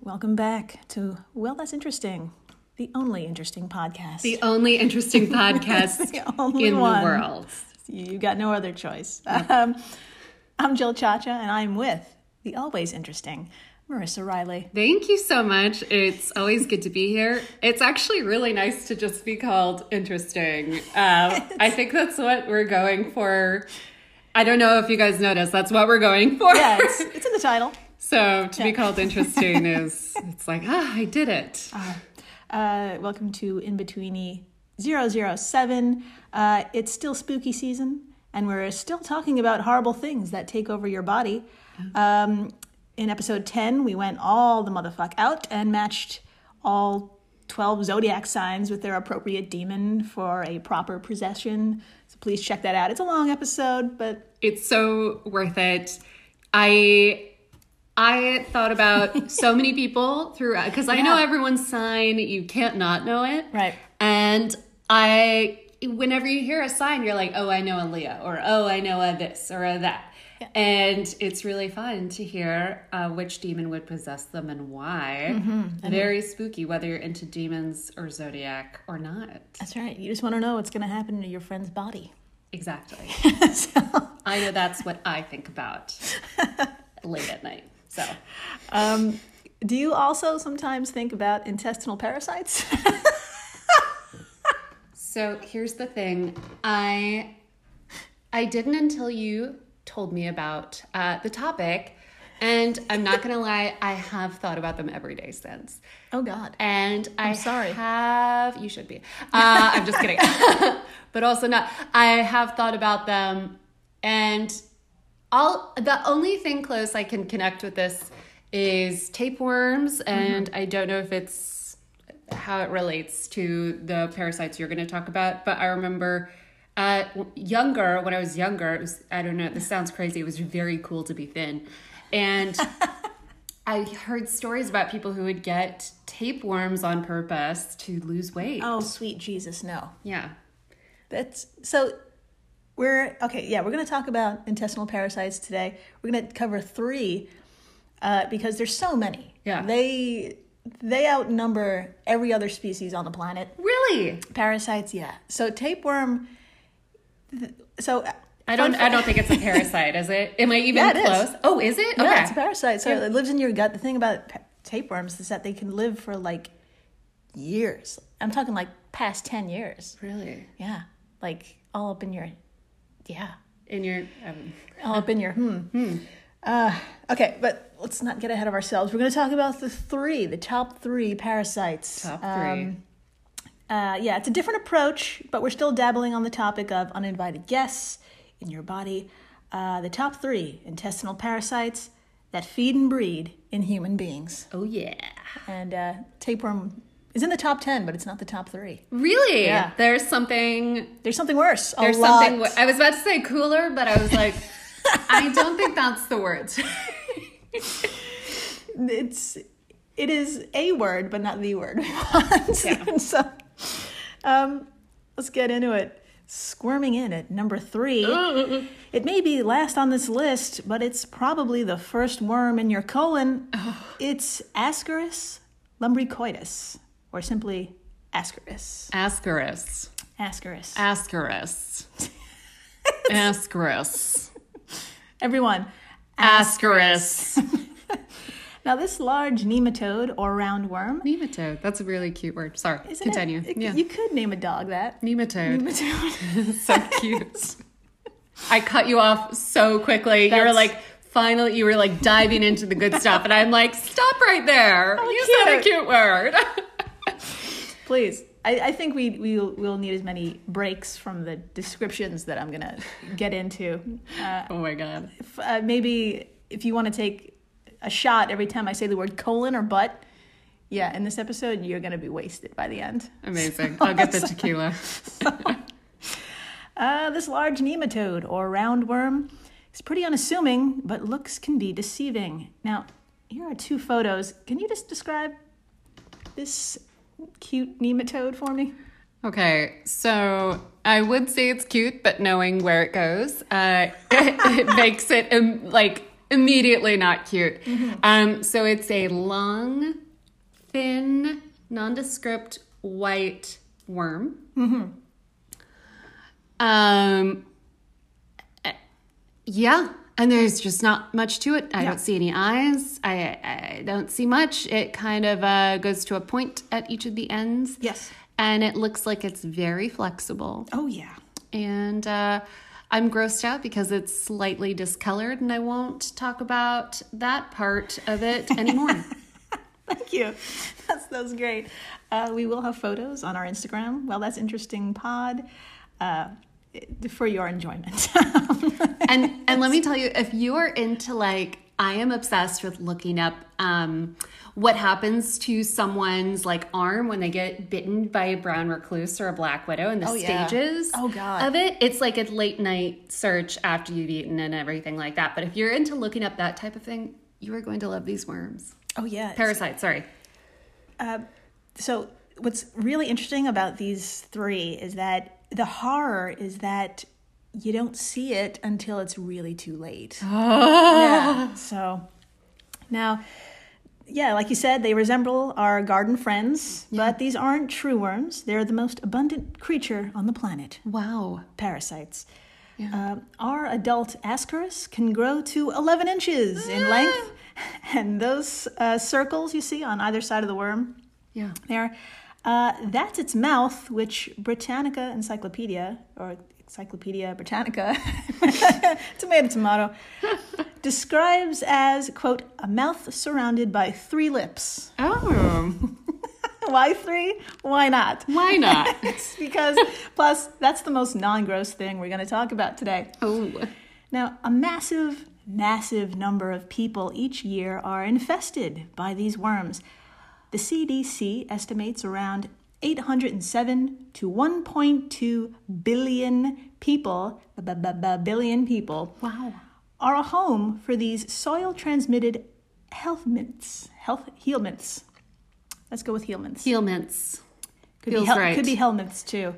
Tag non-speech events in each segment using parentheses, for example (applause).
Welcome back to Well, That's Interesting, the only interesting podcast. The only interesting podcast The (laughs) only in one. the world. you got no other choice. (laughs) Um, I'm Jill Chacha, and I'm with the always interesting Marissa (laughs) Riley. Thank you so much. It's always good to be here. It's actually really nice to just be called interesting. (laughs) Uh, I think that's what we're going for. I don't know if you guys noticed, that's what we're going for. Yeah, it's, it's in the title. (laughs) So to be (laughs) called interesting is, it's like, ah, I did it. Uh, welcome to In Betweeny 007. Uh, it's still spooky season, and we're still talking about horrible things that take over your body. Um, in episode 10, we went all the motherfuck out and matched all 12 zodiac signs with their appropriate demon for a proper possession. So please check that out. It's a long episode, but It's so worth it. I I thought about so many people throughout because I know Yeah. everyone's sign. You can't not know it, Right. And I, whenever you hear a sign, you're like, oh, I know a Leo, or oh, I know a this or a that. And it's really fun to hear uh, which demon would possess them and why. Very spooky, whether you're into demons or zodiac or not. that's right. You just want to know what's going to happen to your friend's body. (laughs) Exactly. so. I know that's what I think about late at night. So Um, do you also sometimes think about intestinal parasites? (laughs) so here's the thing. I I didn't until you told me about uh, the topic, and I'm not gonna lie, I have thought about them every day since. oh God. And I'm sorry. Have you should be? Uh, I'm just kidding, (laughs) but also not. I have thought about them, and all the only thing close I can connect with this is tapeworms, Mm-hmm. and I don't know if it's how it relates to the parasites you're going to talk about. But I remember. Uh, w- younger, when I was younger, it was, I don't know, this sounds crazy. It was very cool to be thin. (laughs) And I heard stories about people who would get tapeworms on purpose to lose weight. Oh sweet Jesus, no. Yeah. That's so. We're okay. Yeah, we're going to talk about intestinal parasites today. We're going to cover three uh, because there's so many. Yeah. They they outnumber every other species on the planet. Really? Parasites, yeah. So tapeworm. th- So uh, I don't fun I fa- don't think it's a parasite, is it? Am I even (laughs) Yeah, it is. close? Oh, is it? Yeah, it's a parasite. So it lives in your gut. The thing about pa- tapeworms is that they can live for like years. I'm talking like past 10 years. really? Yeah. Like all up in your, (laughs) yeah, In your um, all up in your, hmm. Uh, okay, but let's not get ahead of ourselves. We're going to talk about the three, the top three parasites. top three. Um, uh, yeah, it's a different approach, but we're still dabbling on the topic of uninvited guests in your body. Uh, the top three intestinal parasites that feed and breed in human beings. oh yeah. And uh, tapeworm is in the top 10, but it's not the top three. Really? Yeah. There's something There's something worse. A there's lot. something I was about to say cooler, but I was (laughs) like I don't think that's the word. it's it is a word, but not the word. we (laughs) want. And (laughs) so, um, let's get into it. Squirming in at number (gasps) three. It may be last on this list, but it's probably the first worm in your (sighs) colon. It's Ascaris lumbricoides, or simply Ascaris. Ascaris. Ascaris. (laughs) Ascaris. Ascaris. Everyone. Ascaris. Now, this large nematode or roundworm. Nematode. That's a really cute word. Sorry. isn't it- Continue. it- yeah. You could name a dog that. (laughs) Nematode. Nematode. (laughs) so cute. I cut you off so quickly. you were That's- like, finally, you were like diving into the good stuff. And I'm like, stop right there. you said a cute. cute word. (laughs) Please. I, I think we, we will need as many breaks from the descriptions that I'm going to get into. Uh, oh my God. if, uh, maybe if you want to take a shot every time I say the word colon or butt, yeah, in this episode, you're going to be wasted by the end. Amazing. I'll (laughs) get the tequila. Uh, this large nematode or roundworm is pretty unassuming, but looks can be deceiving. Now, here are two photos. Can you just describe this cute nematode for me? Okay, so I (laughs) would say it's cute, but knowing where it goes, uh, it, it makes it um, like immediately not cute. Mm-hmm. Um, so it's a long, thin, nondescript white worm. Mm-hmm. Um, eh, yeah, and there's just not much to it. I Yeah. don't see any eyes. I, I don't see much. It kind of uh, goes to a point at each of the ends. Yes. And it looks like it's very flexible. Oh yeah. And uh, I'm grossed out because it's slightly discolored, and I won't talk about that part (laughs) of it anymore. Thank you. (laughs) That's that's great. Uh, we will have photos on our Instagram. Well, that's interesting. Pod. Uh, it- for your enjoyment. (laughs) and and let me tell you if you are into like i am obsessed with looking up um what happens to someone's like arm when they get bitten by a brown recluse or a black widow and the yeah. stages Oh, God. of it it's like a late night search after you've eaten and everything like that but if you're into looking up that type of thing you are going to love these worms oh yeah. parasites sorry so what's really interesting about these three is that the horror is that you don't see it until it's really too late. Yeah. So now, yeah, like you said, they resemble our garden friends, but these aren't true worms. They're the most abundant creature on the planet wow parasites. Uh, our adult ascaris can grow to 11 inches in length, (laughs) and those uh, circles you see on either side of the worm yeah there, uh, that's its mouth, which Britannica Encyclopedia, or Encyclopedia Britannica, (laughs) tomato, tomato, describes as, quote, a mouth surrounded by three lips. (laughs) oh Why three? Why not? (laughs) why not It's because, plus, that's the most non gross thing we're going to talk about today. oh Now, a massive, massive number of people each year are infested by these worms. The CDC estimates around 807 to 1.2 billion people, bu- bu- bu- billion people, wow are a home for these soil transmitted health mints, health heel mints. Let's go with heel mints. heel mints Could Feels be hel- right. could be helmets too.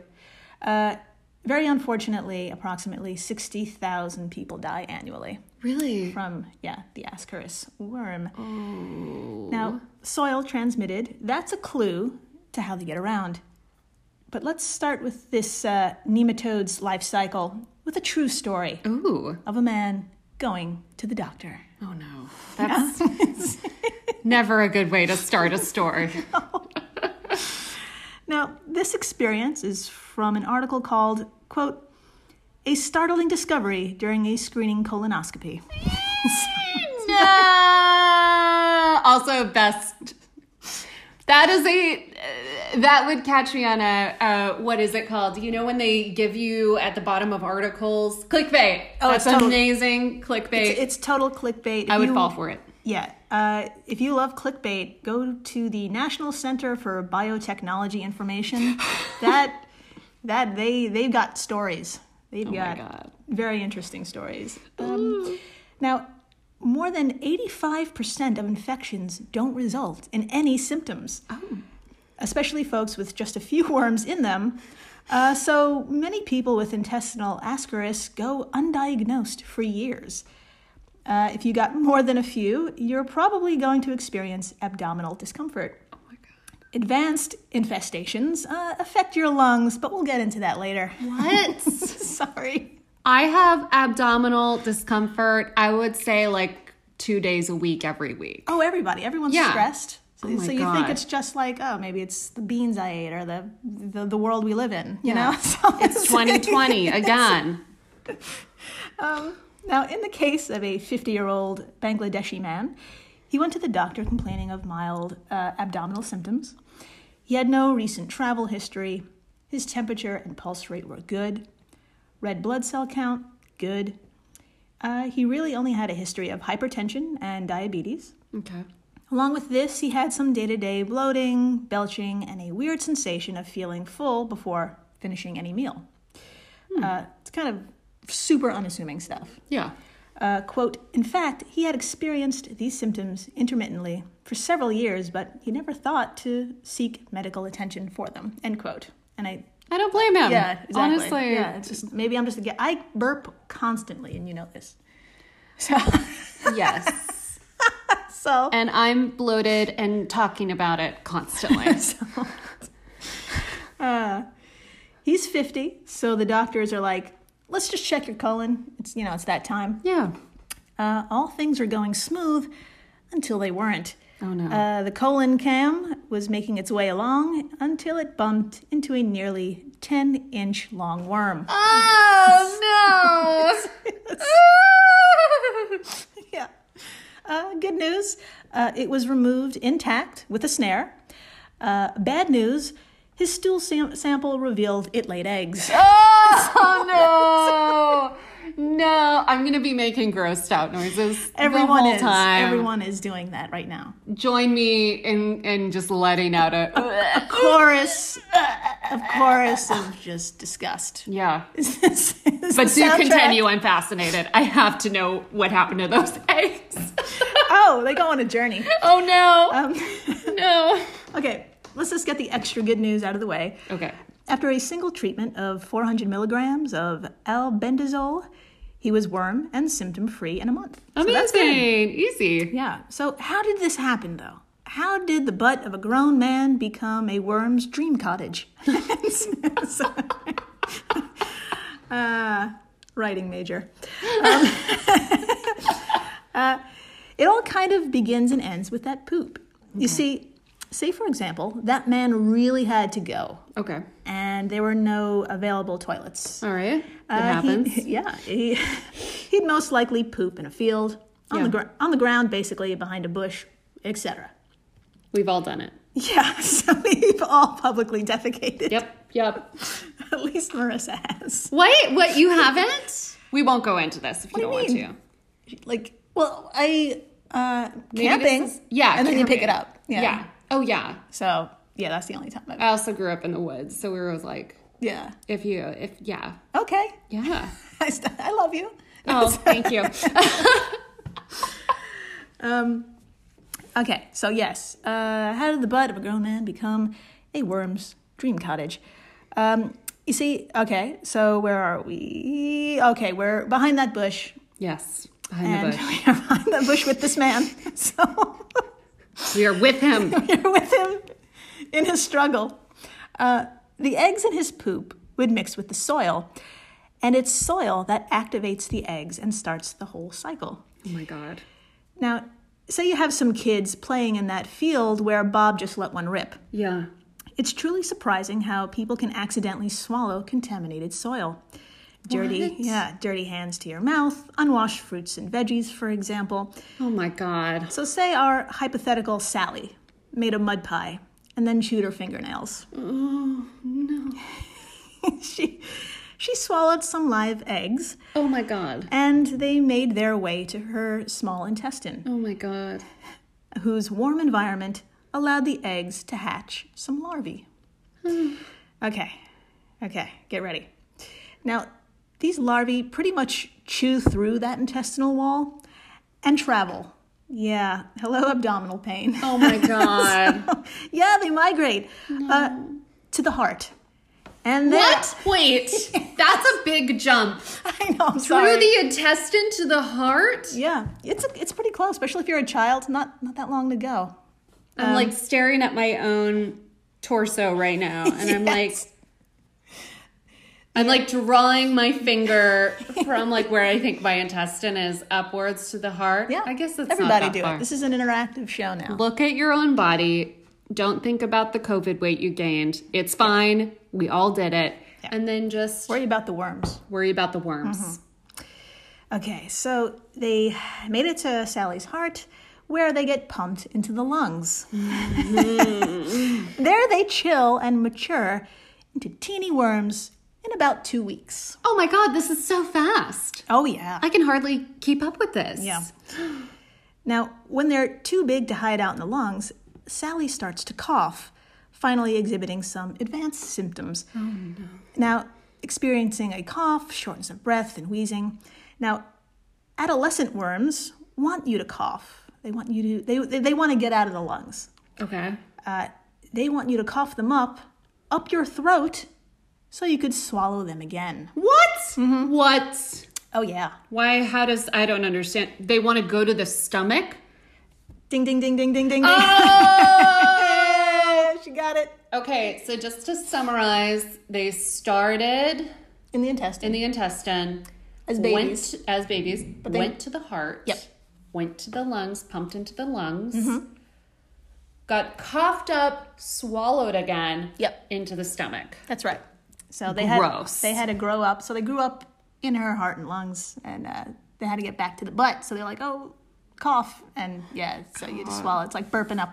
Uh, very unfortunately, approximately 60,000 people die annually really from yeah the ascaris worm now soil transmitted that's a clue to how they get around but let's start with this uh, nematode's life cycle with a true story ooh of a man going to the doctor Oh no. That's (laughs) never a good way to start a story. now this experience is from an article called quote a startling discovery during a screening colonoscopy no. (laughs) Also best that is a that would catch me on a uh, what is it called? You know when they give you at the bottom of articles clickbait. Oh, that's it's total- amazing clickbait. it's, it's total clickbait If I would you- fall for it. Yeah. Uh, if you love clickbait, go to the National Center for Biotechnology (laughs) Information. that that they they've got stories. They've Oh my got God. very interesting stories. Um, now, more than eighty-five percent of infections don't result in any symptoms. Oh. Especially folks with just a few (laughs) worms in them. Uh, so many people with intestinal ascaris go undiagnosed for years. Uh, if you got more than a few, you're probably going to experience abdominal discomfort. Oh my god. Advanced infestations uh, affect your lungs, but we'll get into that later. (laughs) What? Sorry. (laughs) I have abdominal discomfort. I would say like 2 days a week every week. Oh, everybody, everyone's Yeah. stressed. So, Oh my so you think God. it's just like, oh, maybe it's the beans I ate or the the, the world we live in, you Yeah. know? (laughs) So (laughs) It's 2020 again. Now, in the case of a 50 year old Bangladeshi man, he went to the doctor complaining of mild uh, abdominal symptoms. He had no recent travel history. His temperature and pulse rate were good. Red blood cell count, good. Uh, he really only had a history of hypertension and diabetes. Okay. Along with this, he had some day to day bloating, belching, and a weird sensation of feeling full before finishing any meal. Uh, it's kind of super unassuming stuff. Yeah. Uh, quote, in fact, he had experienced these symptoms intermittently for several years, but he never thought to seek medical attention for them, end quote. And I, I don't blame him. yeah, exactly. Um, Honestly. Yeah, it's just, maybe I'm just, I burp constantly, and you know this. So, yes. So (laughs) And I'm bloated and talking about it (laughs) constantly. uh, he's 50. So the doctors are like, let's just check your colon. It's, you know, it's that time. yeah. Uh, all things are going smooth until they weren't. Oh no. Uh, the colon cam was making its way along until it bumped into a nearly 10 inch long worm. (laughs) (laughs) oh no. yeah. Uh, good news, uh, it was removed intact with a snare. Uh, bad news, his stool sam- sample revealed it laid (laughs) eggs. Oh no! No, I'm gonna be making grossed out noises Everyone the whole is. time. Everyone is doing that right now. Join me in in just letting out Uh, a (laughs) Chorus, of chorus of just disgust. yeah. (laughs) but But do continue. I'm fascinated. I have to know what happened to those (laughs) (laughs) eggs. Oh, they go on a journey. oh no! Um, (laughs) no. okay, let's just get the extra good news out of the way. Okay. After a single treatment of 400 milligrams of albendazole, he was worm and symptom free in a month. So Amazing. that's good. Easy. Yeah. So, how did this happen though? How did the butt of a grown man become a worm's dream cottage? (laughs) So- uh, writing major. Um, (laughs) uh, it all kind of begins and ends with that poop. You see, say for example, that man really had to go Okay. and there were no available toilets. All right. That Uh, he- (laughs) happens. yeah, he, he'd most likely poop in a field, on the Yeah. gr- on the ground, basically behind a bush, etc. We've all done it. Yeah, (laughs) so we've all publicly defecated. Yep. Yep. (laughs) At least Marissa has. Wait. What? You haven't? We won't go into this if you don't do you mean? want to. Like, well, I uh, Maybe this camping, is- yeah, and then you pick it camping. up. Yeah. yeah. Oh yeah. So yeah, that's the only time. I've, I also grew up in the woods, so we were always like, yeah. if you, if yeah, Okay. (laughs) (laughs) yeah. I, st- I love you. Oh, thank you. Um, Okay, so yes, uh, how did the butt of a grown man become a worm's dream cottage? Um, you see, okay, so where are we? Okay, we're behind that bush, Yes, behind and the (laughs) bush. we are behind that bush with this man. (laughs) So We are with (laughs) him. we're with him in his struggle. Uh, the eggs in his poop would mix with the soil, and it's soil that activates the eggs and starts the whole cycle. Oh my god. Now, say you have some kids playing in that field where Bob just let one rip. Yeah. It's truly surprising how people can accidentally swallow contaminated soil. Dirty, What? yeah, dirty hands to your mouth, unwashed fruits and veggies, for example. Oh my god. So, say our hypothetical Sally made a mud pie and then chewed her fingernails. Oh, no. (laughs) she, she swallowed some live eggs Oh my god. and they made their way to her small intestine, Oh my god. whose warm environment allowed the eggs to hatch some larvae. Hmm. Okay. Okay. Get ready. Now, these larvae pretty much chew through that intestinal wall and travel. Yeah. Hello, abdominal pain. Oh (laughs) my god. (laughs) yeah, they migrate uh, to the heart. And then, what? Wait. That's a big jump. (laughs) I know, I'm Through sorry. the intestine to the heart? yeah, it's, it's pretty close, especially if you're a child. Not, not that long to go. I'm Um, like staring at my own torso right now (laughs) and I'm like I'm like drawing my finger from like where I think my intestine is upwards to the heart. Yeah. I guess that's Everybody not that do far. it. This is an interactive show now. Look at your own body. Don't think about the COVID weight you gained. It's fine. We all did it. And then just Worry about the worms. worry about the worms. Mm-hmm. Okay, so they made it to Sally's heart, where they get pumped into the lungs. (laughs) there they chill and mature into teeny worms in about two weeks. Oh my God, this is so fast. Oh, yeah. I can hardly keep up with this. Yeah. Now, when they're too big to hide out in the lungs, Sally starts to cough, finally exhibiting some advanced symptoms. Oh, no. Now, experiencing a cough, shortness of breath, and wheezing. Now, adolescent worms want you to cough. They want you to, they, they, they want to get out of the lungs. Okay. Uh, they want you to cough them up, up your throat, so you could swallow them again. What? What? Oh yeah. Why? How does I don't understand? They want to go to the stomach. Ding ding ding ding ding ding. ding. Oh! (laughs) she got it (laughs) okay, so just to summarize, they started in the intestine. in the intestine As babies. went as babies, they- went to the heart, Yep. Mm-hmm. went to the lungs, pumped into the lungs, got coughed up, swallowed again, Yep. into the stomach. That's right. So they Gross. had they had to grow up. So they grew up in her heart and lungs, and uh, they had to get back to the butt. So they're like, oh, cough, and yeah. So you just swallow. It's like burping up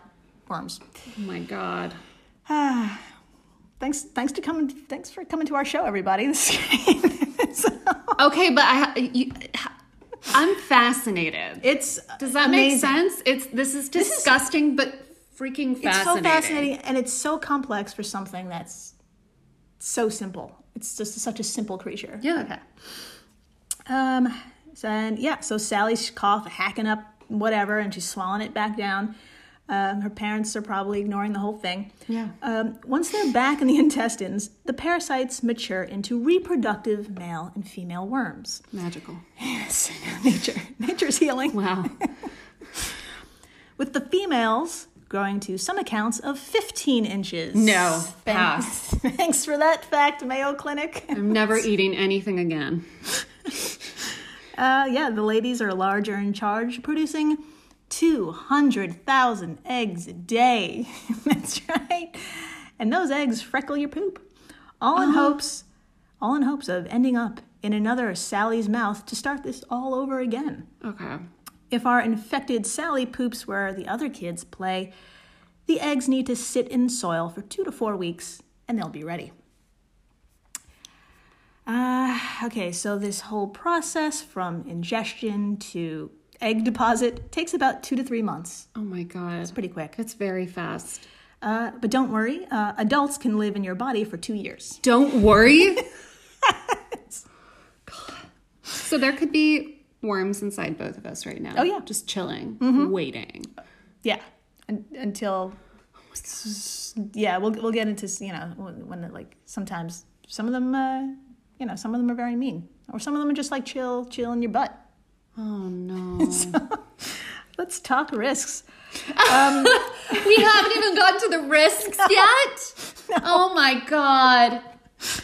worms. Oh my god. Ah, thanks, thanks to coming. Thanks for coming to our show, everybody. (laughs) This is- so, Okay, but I, ha- you, ha- I'm fascinated. it's Does that make sense? It's this is disgusting, but freaking fascinating. It's so fascinating, and it's so complex for something that's so simple. It's just such a simple creature. Yeah. Okay. Um, so and yeah, so Sally's cough, hacking up whatever, and she's swallowing it back down. Um, her parents are probably ignoring the whole thing. Yeah. Um, once they're back in the (laughs) intestines, the parasites mature into reproductive male and female worms. Magical. Yes, nature, nature's healing. Wow. With the females growing to some accounts of 15 inches. No. Thanks, (laughs) Pass. thanks for that fact, Mayo Clinic. (laughs) (laughs) I'm never eating anything again. Uh, yeah, the ladies are larger in charge, producing 200,000 eggs a day. (laughs) That's right. And those eggs freckle your poop. All in hopes, all in hopes of ending up in another Sally's mouth to start this all over again. Okay. If our infected Sally poops where the other kids play, the eggs need to sit in soil for two to four weeks and they'll be ready. Uh, okay, so this whole process from ingestion to egg deposit takes about two to three months. Oh my god. Pretty quick. It's very fast. Uh, but don't worry, uh, adults can live in your body for two years. Don't worry. (laughs) so there could be worms inside both of us right now. Oh Mm-hmm. yeah. Just chilling, waiting. Yeah, un- until yeah, we'll we'll get into you know when, when like sometimes some of them uh, you know some of them are very mean or some of them are just like chill chill in your butt. Oh no. Let's talk risks. (laughs) we haven't even gotten to the (laughs) risks yet. Oh my god.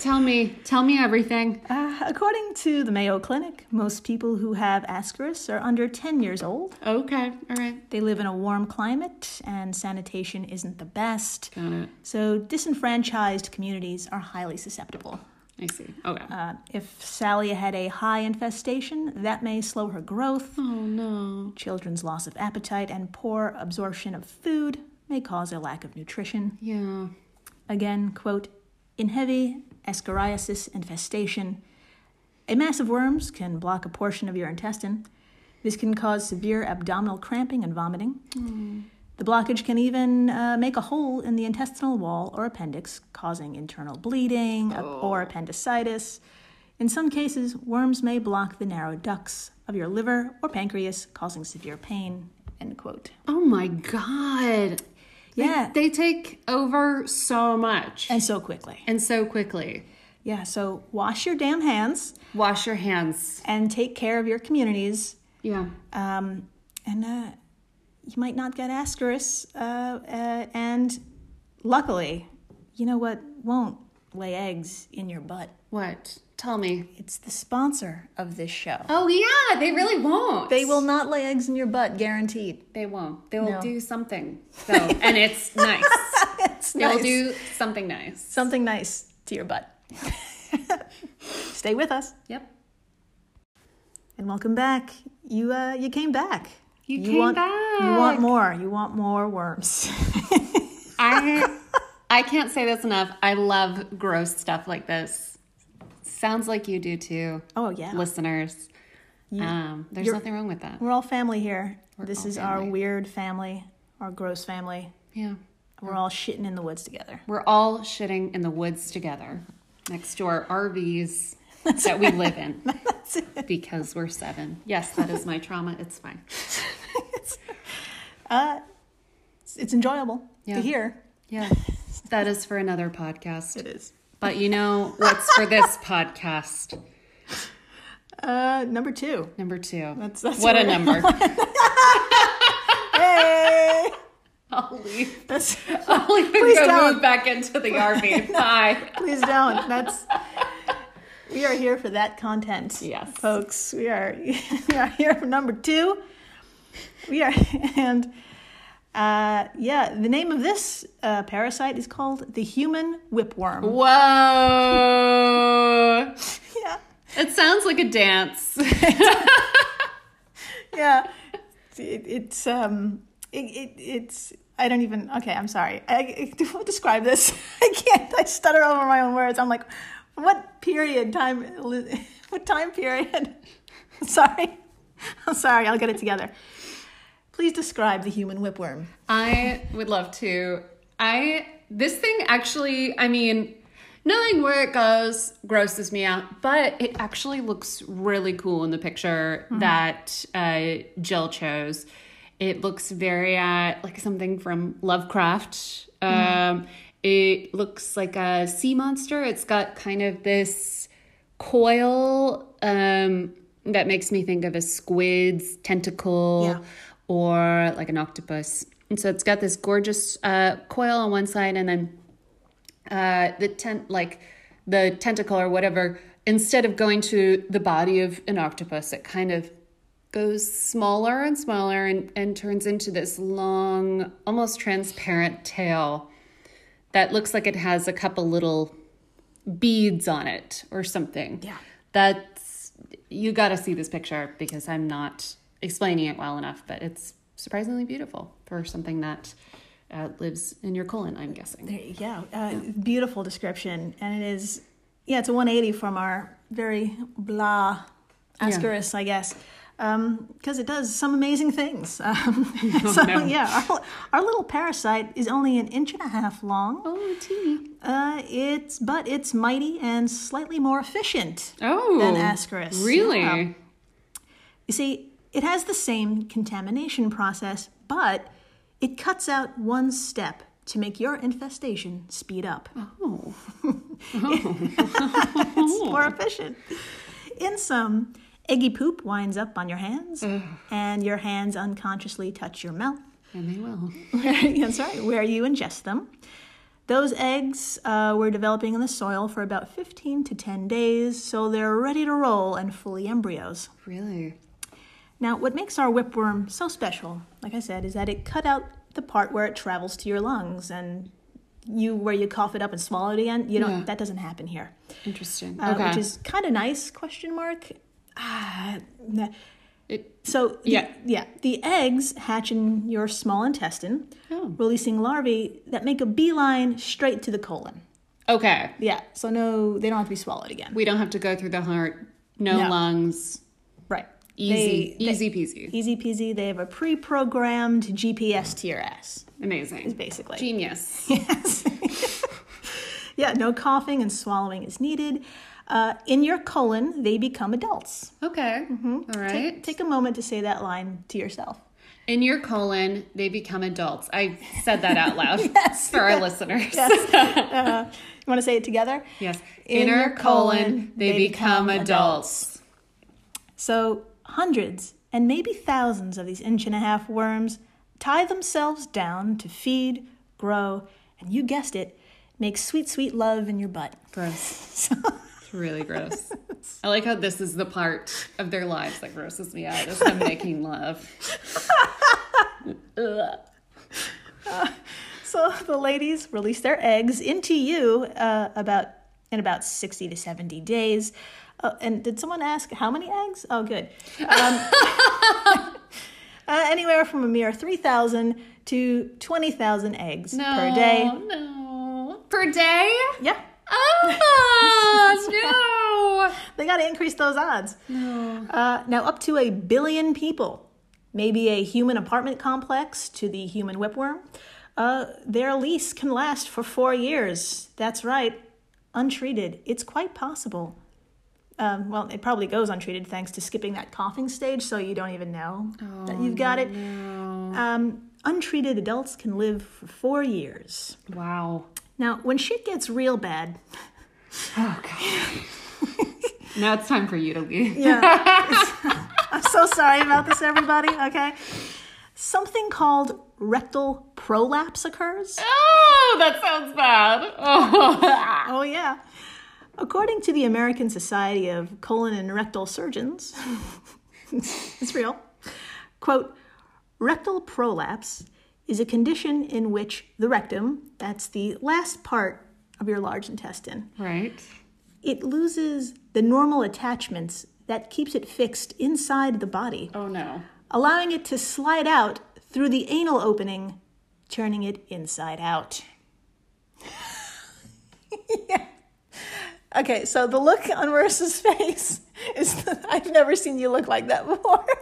Tell me, tell me everything. Uh, according to the Mayo Clinic, most people who have ascaris are under 10 years old. Okay. All right. They live in a warm climate and sanitation isn't the best. Got it. So disenfranchised communities are highly susceptible. I see. Okay. Uh, if Sally had a high infestation, that may slow her growth. oh no. Children's loss of appetite and poor absorption of food may cause a lack of nutrition. Yeah. Again, quote, in heavy ascariasis infestation, a mass of worms can block a portion of your intestine. This can cause severe abdominal cramping and vomiting. The blockage can even uh, make a hole in the intestinal wall or appendix, causing internal bleeding uh, or appendicitis. In some cases, worms may block the narrow ducts of your liver or pancreas, causing severe pain. End quote. Oh my god. Yeah, They take over so much and so quickly. and so quickly. Yeah, so wash your damn hands. Wash your hands. and take care of your communities. Yeah. Um, and uh, you might not get ascaris. Uh, uh, and luckily, you know what won't lay eggs in your butt? What? Tell me. It's the sponsor of this show. Oh yeah, they really won't. They will not lay eggs in your butt, guaranteed. (laughs) They won't. They will No. do something. (laughs) So, and it's (laughs) nice. It's They will nice. do something nice. something nice to your (laughs) butt. Stay with us. Yep. And welcome back. You uh, you came back. You came want, You want back. more. You want more worms. (laughs) I (laughs) I can't say this enough. I love gross stuff like this. Sounds like you do too, oh yeah. listeners. um, there's nothing wrong with that. We're all family here. this all is our family. weird family, our gross family. Yeah. We're all shitting in the woods together. We're all shitting in the woods together next to our RVs that we (laughs) live in because we're seven. Yes, that is my trauma. It's fine. It's, it's enjoyable Yeah. to hear. (laughs) Yeah. That is for another podcast. is. But you know what's for this podcast? Uh, number two. Number two. That's- that's what where- (laughs) a number. Hey, (laughs) I'll leave. that's, I'll leave and Please go don't. move back (laughs) into the RV. Bye. please don't. That's we are here for that content. Yes. folks, we are (laughs) we are here for number two. We are (laughs) and uh, yeah, the name of this uh, parasite is called the human whipworm. Whoa. Yeah, It sounds like a dance. yeah. It, it's um, it, it it's. I don't even. Okay, I'm sorry. I, (laughs) I describe this. I can't. I stutter over my own words. I'm like, what period time? (laughs) What time period? (laughs) Sorry, I'm sorry. I'll get it together. Please describe the human whipworm. I would love to. I this thing actually, I mean, knowing where it goes grosses me out, but it actually looks really cool in the picture that uh, Jill chose. It looks very uh, like something from Lovecraft. Um, It looks like a sea monster. It's got kind of this coil um, that makes me think of a squid's tentacle Yeah. or like an octopus. And so it's got this gorgeous uh, coil on one side, and then uh, the tent, like the tentacle or whatever, instead of going to the body of an octopus, it kind of goes smaller and smaller and, and turns into this long, almost transparent tail that looks like it has a couple little beads on it or something. Yeah. That's you got to see this picture because I'm not explaining it well enough, but it's surprisingly beautiful for something that uh, lives in your colon, I'm guessing. There- Yeah, uh, beautiful description, and it is. Yeah, it's a 180 from our very blah ascaris, I guess, because it does some amazing things. (laughs) Um, so (laughs) no. yeah, our, our little parasite is only an inch and a half long. Oh, tea. Uh, it's but it's mighty and slightly more efficient. Oh. Than Ascaris. Really? Yeah. You see, it has the same contamination process, but it cuts out one step to make your infestation speed up. Oh. (laughs) it's more efficient. In some, eggy poop winds up on your hands, and your hands unconsciously touch your mouth. (laughs) And they will. I'm sorry, where you ingest them. Those eggs uh, were developing in the soil for about 15 to 10 days, so they're ready to roll and fully embryos. Really? Now, what makes our whipworm so special, like I said, is that it cut out the part where it travels to your lungs and you where you cough it up and swallow it again. You don't. Yeah. That doesn't happen here. Interesting. uh, okay. which is kind of nice question mark ah, nah. It- so the- Yeah. yeah the eggs hatch in your small intestine Oh. releasing larvae that make a beeline straight to the colon okay. yeah so no they don't have to be swallowed again We don't have to go through the heart. No, No. lungs. right Easy. They- easy they- peasy. easy peasy they have a pre-programmed gps to your ass Amazing. basically (laughs) Genius. Yes. yeah no coughing and swallowing is needed uh, in your colon they become adults Okay. All right. Mm-hmm. take a moment to say that line to yourself In your colon, they become adults. I said that out loud (laughs) Yes. for our listeners. You want to say it together? (laughs) Yes. In Inner your colon, colon, they, they become, become adults. So, hundreds and maybe thousands of these inch and a half worms tie themselves down to feed, grow, and you guessed it, make sweet, sweet love in your butt. Gross. So, It's really (laughs) gross. I like how this is the part of their lives that grosses me out is them making love. Ugh. so the ladies release their eggs into you uh, about in about 60 to 70 days. Oh, and did someone ask how many eggs? Oh, good. Um, (laughs) uh, anywhere from a mere 3,000 to 20,000 eggs (laughs) No, per day. No. Per day? Yeah, (laughs) Oh, They got to increase those odds. no. No. Uh, now, up to a billion people, maybe a human apartment complex to the human whipworm, uh, their lease can last for four years. That's right, untreated. It's quite possible. Um, well, it probably goes untreated thanks to skipping that coughing stage, so you don't even know that you've got it. Um, untreated adults can live for four years. Wow. Now, when shit gets real bad, (laughs) Oh, God. Now it's time for you to leave. Yeah. I'm so sorry about this, everybody. Okay. Something called rectal prolapse occurs. Oh, that sounds bad. (laughs) Oh. Oh, yeah. According to the American Society of Colon and Rectal Surgeons, (laughs) it's real. Quote Rectal prolapse is a condition in which the rectum, that's the last part of your large intestine, Right. it loses the normal attachments that keeps it fixed inside the body, (laughs) Oh no. allowing it to slide out through the anal opening, turning it inside out. (laughs) yeah. Okay, so the look on Marissa's (laughs) face is I've never seen you look like that before. (laughs)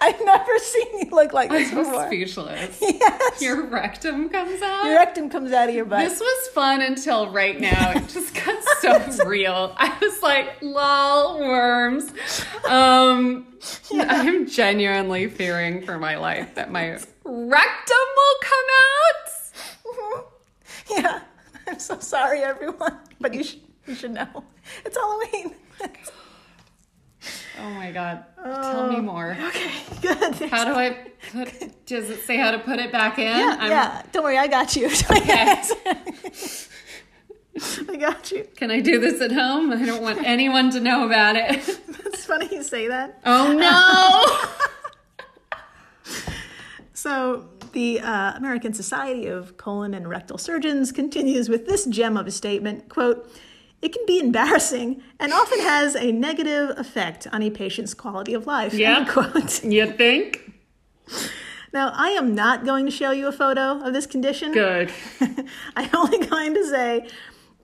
I've never seen you look like this I'm before. speechless. (laughs) Yes. Your rectum comes out. Your rectum comes out of your butt. This was fun until right now. It just got (laughs) so (laughs) real. I was like, lol, worms. Um, I'm genuinely fearing for my life that my rectum will come out. Mhm. (laughs) Yeah, I'm so sorry, everyone, but you, sh- you should know. It's Halloween. (laughs) Oh my God. Tell me more. Oh. okay, good. How do I put, does it say how to put it back in? yeah, I'm- yeah, don't worry, I got you. (laughs) I got you. Can I do this at home? I don't want anyone to know about it. It's funny you say that. Oh no. So, the uh, American Society of Colon and Rectal Surgeons continues with this gem of a statement quote, it can be embarrassing and often has a negative effect on a patient's quality of life. end Yeah. quote. (laughs) you think? Now, I am not going to show you a photo of this condition. Good. (laughs) I'm only going to say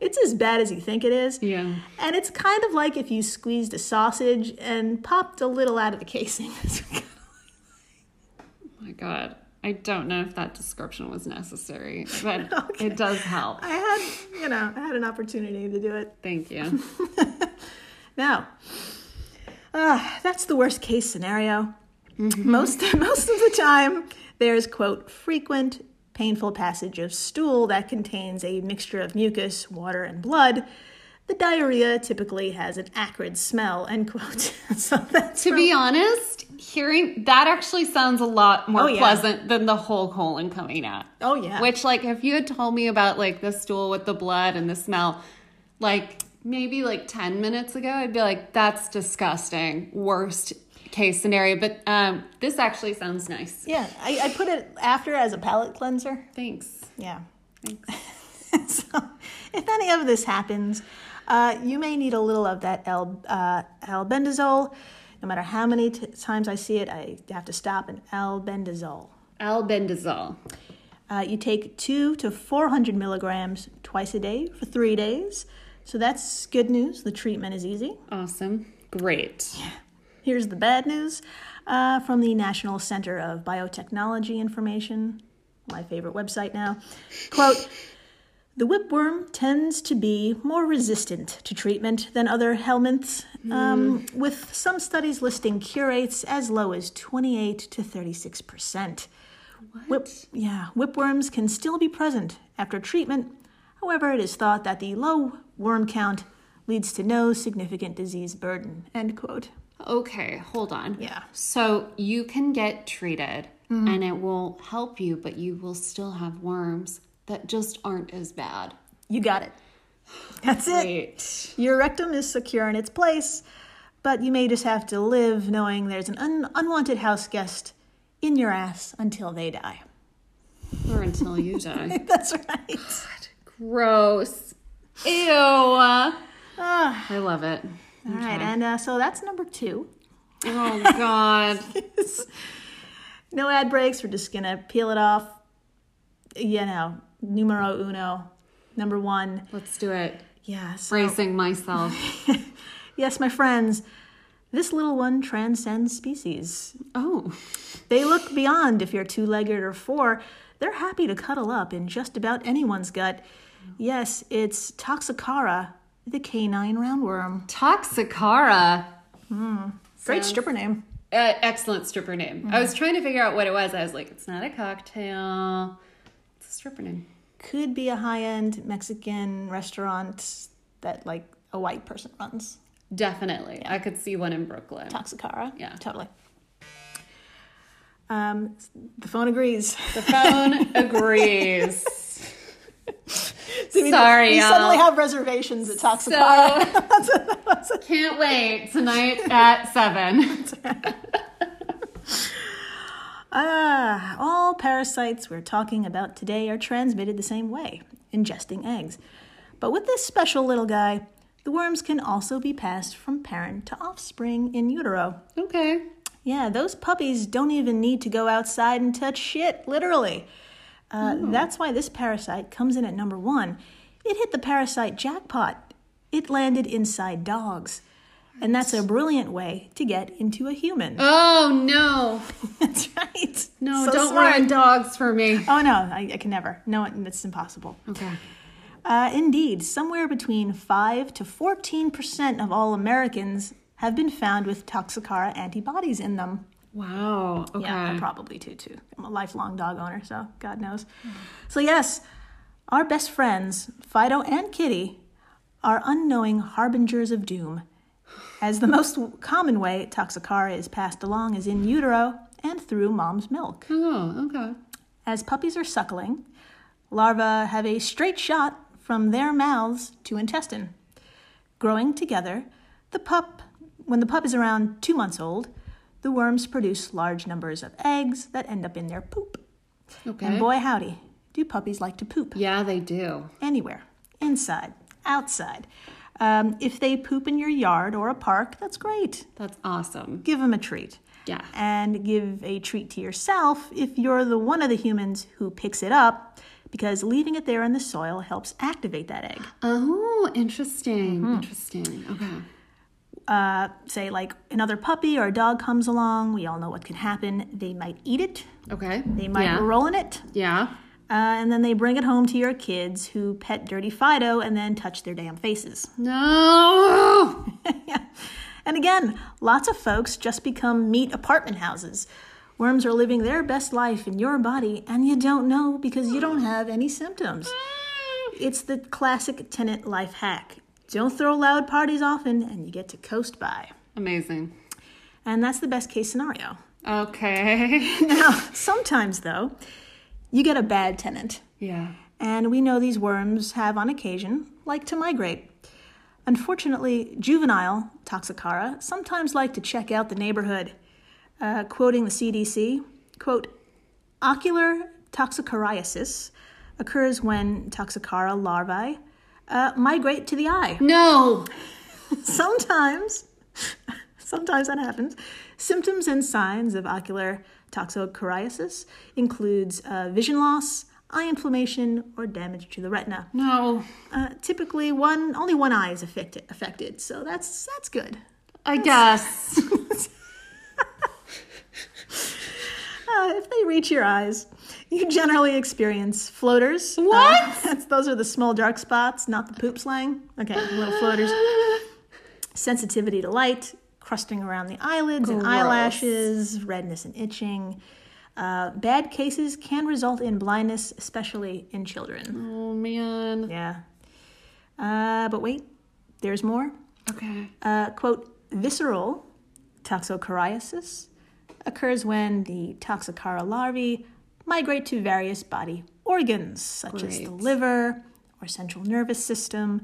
it's as bad as you think it is. Yeah. And it's kind of like if you squeezed a sausage and popped a little out of the casing. (laughs) my god i don't know if that description was necessary (laughs) but it does help I had, you know, I had an opportunity to do it. (laughs) thank you Now, ah, that's the worst case scenario. Most (laughs) most of the time, there's quote frequent painful passage of stool that contains a mixture of mucus, water, and blood. The diarrhea typically has an acrid smell. End quote. (laughs) so that's to be honest hearing that actually sounds a lot more Oh, yeah. pleasant than the whole colon coming out oh yeah. which like if you had told me about like the stool with the blood and the smell like maybe like 10 minutes ago i'd be like that's disgusting worst case scenario but um this actually sounds nice yeah, I, I put it after as a palate cleanser. thanks Yeah. (laughs) so, if any of this happens, uh, you may need a little of that L, uh, albendazole. No matter how many t- times I see it, I have to stop an albendazole. albendazole Uh, you take two to 400 milligrams twice a day for three days. So that's good news. The treatment is easy. awesome great Here's the bad news uh, from the National Center of Biotechnology Information, my favorite website now. Quote The whipworm tends to be more resistant to treatment than other helminths, um, with some studies listing cure rates as low as 28 to 36 percent. Whip, yeah, whipworms can still be present after treatment. However, it is thought that the low worm count leads to no significant disease burden. End quote. Okay, hold on. Yeah. Mm-hmm. So you can get treated and it will help you, but you will still have worms that just aren't as bad. You got it. That's it. Wait. Your rectum is secure in its place, but you may just have to live knowing there's an un- unwanted house guest in your ass until they die. (laughs) Or until you die. That's right. Gross. Ew. I Ah, love it. all right, and uh, so that's number two. Oh, (laughs) God. No ad breaks. We're just gonna peel it off. You know, numero uno, number one. Let's do it. Yeah. So, Bracing myself. (laughs) yes, my friends, this little one transcends species. Oh, They look beyond if you're two legged or four. They're happy to cuddle up in just about anyone's gut. Yes, it's Toxicara, the canine roundworm. Toxicara. Great stripper name. Uh, excellent stripper name. I Mm-hmm. was trying to figure out what it was. I was like, it's not a cocktail, it's a stripper name. Could be a high end Mexican restaurant that like a white person runs. Definitely. I could see one in Brooklyn. Toxicara. Yeah. Totally. Um, the phone agrees. (laughs) The phone agrees. So we- Sorry, We suddenly y'all. have reservations at Toxicara. (laughs) So can't wait tonight at seven. Ah, all parasites we're talking about today are transmitted the same way, ingesting eggs. But with this special little guy, the worms can also be passed from parent to offspring in utero. Okay. Yeah, those puppies don't even need to go outside and touch shit, literally. Uh, Hmm. That's why this parasite comes in at number one. It hit the parasite jackpot. It landed inside dogs. And that's a brilliant way to get into a human. (laughs) Oh no. That's right. No, So don't smart. worry, dogs for me. Oh no, I, I can never. No, it's impossible. Okay. Uh, indeed, somewhere between five to fourteen percent of all Americans have been found with Toxicara antibodies in them. Wow. Okay. Yeah, I probably do too. I'm a lifelong dog owner, so God knows. So yes, our best friends Fido and Kitty are unknowing harbingers of doom, as the most common way Toxicara is passed along is in utero and through mom's milk. Oh, okay. As puppies are suckling, larvae have a straight shot from their mouths to intestine. Growing together, the pup, when the pup is around two months old, the worms produce large numbers of eggs that end up in their poop. And Okay. boy, howdy, do puppies like to poop Yeah, they do. anywhere, inside, outside. Um, if they poop in your yard or a park, that's great. That's awesome. Give them a treat Yeah. and give a treat to yourself if you're the one of the humans who picks it up because leaving it there in the soil helps activate that egg. Oh, interesting. Hmm. Interesting. Okay. Uh, say, like another puppy or a dog comes along, we all know what can happen. They might eat it, Okay. they might Yeah. roll in it, yeah. uh, and then they bring it home to your kids who pet dirty Fido and then touch their damn faces. No. yeah. (laughs) And again, lots of folks just become meat apartment houses. Worms are living their best life in your body, and you don't know because you don't have any symptoms. It's the classic tenant life hack. Don't throw loud parties often, and you get to coast by. Amazing. And that's the best case scenario. (laughs) Okay. (laughs) Now, sometimes, though, you get a bad tenant. Yeah. And we know these worms have, on occasion, like to migrate. Unfortunately, juvenile Toxicara sometimes like to check out the neighborhood. Uh, quoting the CDC, quote, ocular toxicariasis occurs when Toxicara larvae uh, migrate to the eye. (laughs) No. Sometimes, (laughs) sometimes that happens. Symptoms and signs of ocular toxocariasis includes uh, vision loss, eye inflammation, or damage to the retina. No. Uh, typically, one only one eye is affected, affected so that's that's good. I guess. Uh, if they reach your eyes, (laughs) you generally experience floaters. Uh, What? (laughs) that's, those are the small dark spots, not the poop slang. Okay, little (laughs) floaters. Sensitivity to light, crusting around the eyelids and Gross. eyelashes, redness and itching. Uh, bad cases can result in blindness, especially in children. oh man. Yeah. Uh, but wait, there's more Okay. uh, quote, visceral toxocariasis occurs when the toxicara larvae migrate to various body organs, such as the Great. liver or central nervous system.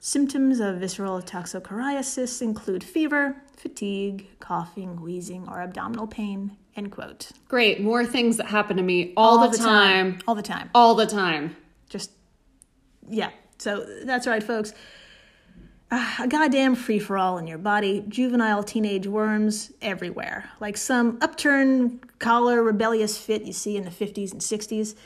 Symptoms of visceral toxocariasis include fever, fatigue, coughing, wheezing, or abdominal pain. End quote. Great. More things that happen to me all, the, time. All the time. All the time. Just, yeah. So that's right, folks. Ah, a goddamn free for all in your body. Juvenile teenage worms everywhere. Like some upturned collar rebellious fit you see in the 50s and 60s.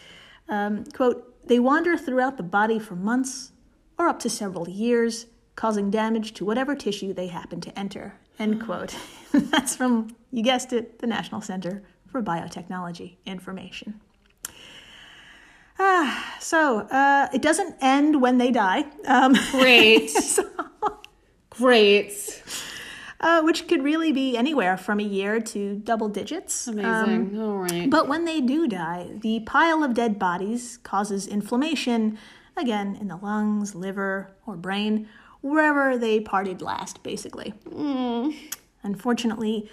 Um, quote, they wander throughout the body for months or up to several years, causing damage to whatever tissue they happen to enter. End quote. (laughs) That's from, you guessed it, the National Center for Biotechnology Information. Ah, so uh, it doesn't end when they die. Um, (laughs) (laughs) Great. Great. uh, which could really be anywhere from a year to double digits. Amazing. all right. But when they do die, the pile of dead bodies causes inflammation, again, in the lungs, liver, or brain, wherever they partied last, basically. Unfortunately,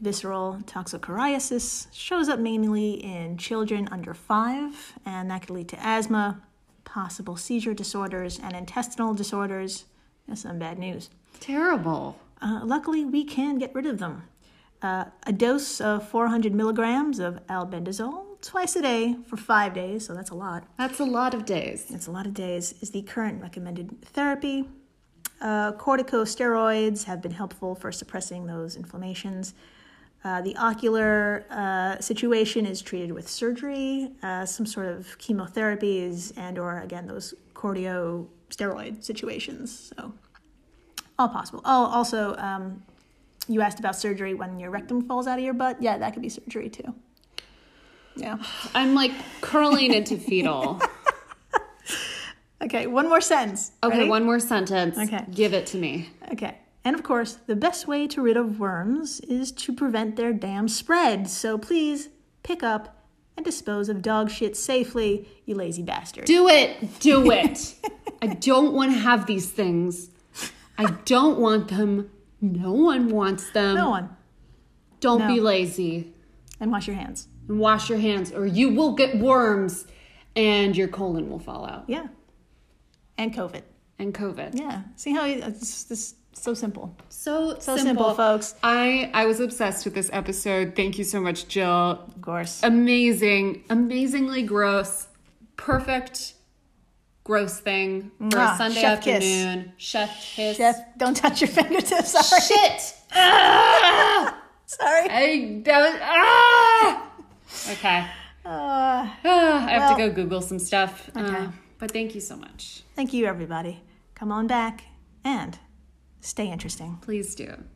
visceral toxocariasis shows up mainly in children under five, and that can lead to asthma, possible seizure disorders, and intestinal disorders. That's some bad news. Terrible. Uh, luckily, we can get rid of them. Uh, a dose of 400 milligrams of albendazole twice a day for five days, so that's a lot. That's a lot of days. It's a lot of days, is the current recommended therapy. Uh, corticosteroids have been helpful for suppressing those inflammations. Uh, the ocular uh, situation is treated with surgery, uh, some sort of chemotherapies, and or again those corticosteroid situations. So all possible. Oh, also, um, you asked about surgery when your rectum falls out of your butt. Yeah, that could be surgery too. Yeah. I'm like curling into (laughs) fetal. Okay, one more sentence. Okay, Ready? one more sentence. Okay. Give it to me. Okay. And of course, the best way to rid of worms is to prevent their damn spread. So please pick up and dispose of dog shit safely, you lazy bastard. Do it. (laughs) Do it. I don't want to have these things. I don't want them. No one wants them. no one. Don't No. be lazy. And wash your hands. And wash your hands or you will get worms and your colon will fall out. Yeah. And COVID. And COVID. Yeah. See how it's, it's so simple. So, So simple, folks. I I was obsessed with this episode. Thank you so much, Jill. Of course. Amazing, amazingly gross, perfect gross thing for a Mwah. Sunday Chef kiss. afternoon. Chef kiss. Jeff, don't touch your (laughs) fingertips. Sorry. Shit. Ah! (laughs) Sorry. I, that was, ah! Okay. Uh, Ah, I have to Well- go Google some stuff. Uh, Okay. but thank you so much. thank you, everybody. Come on back and stay interesting. Please do.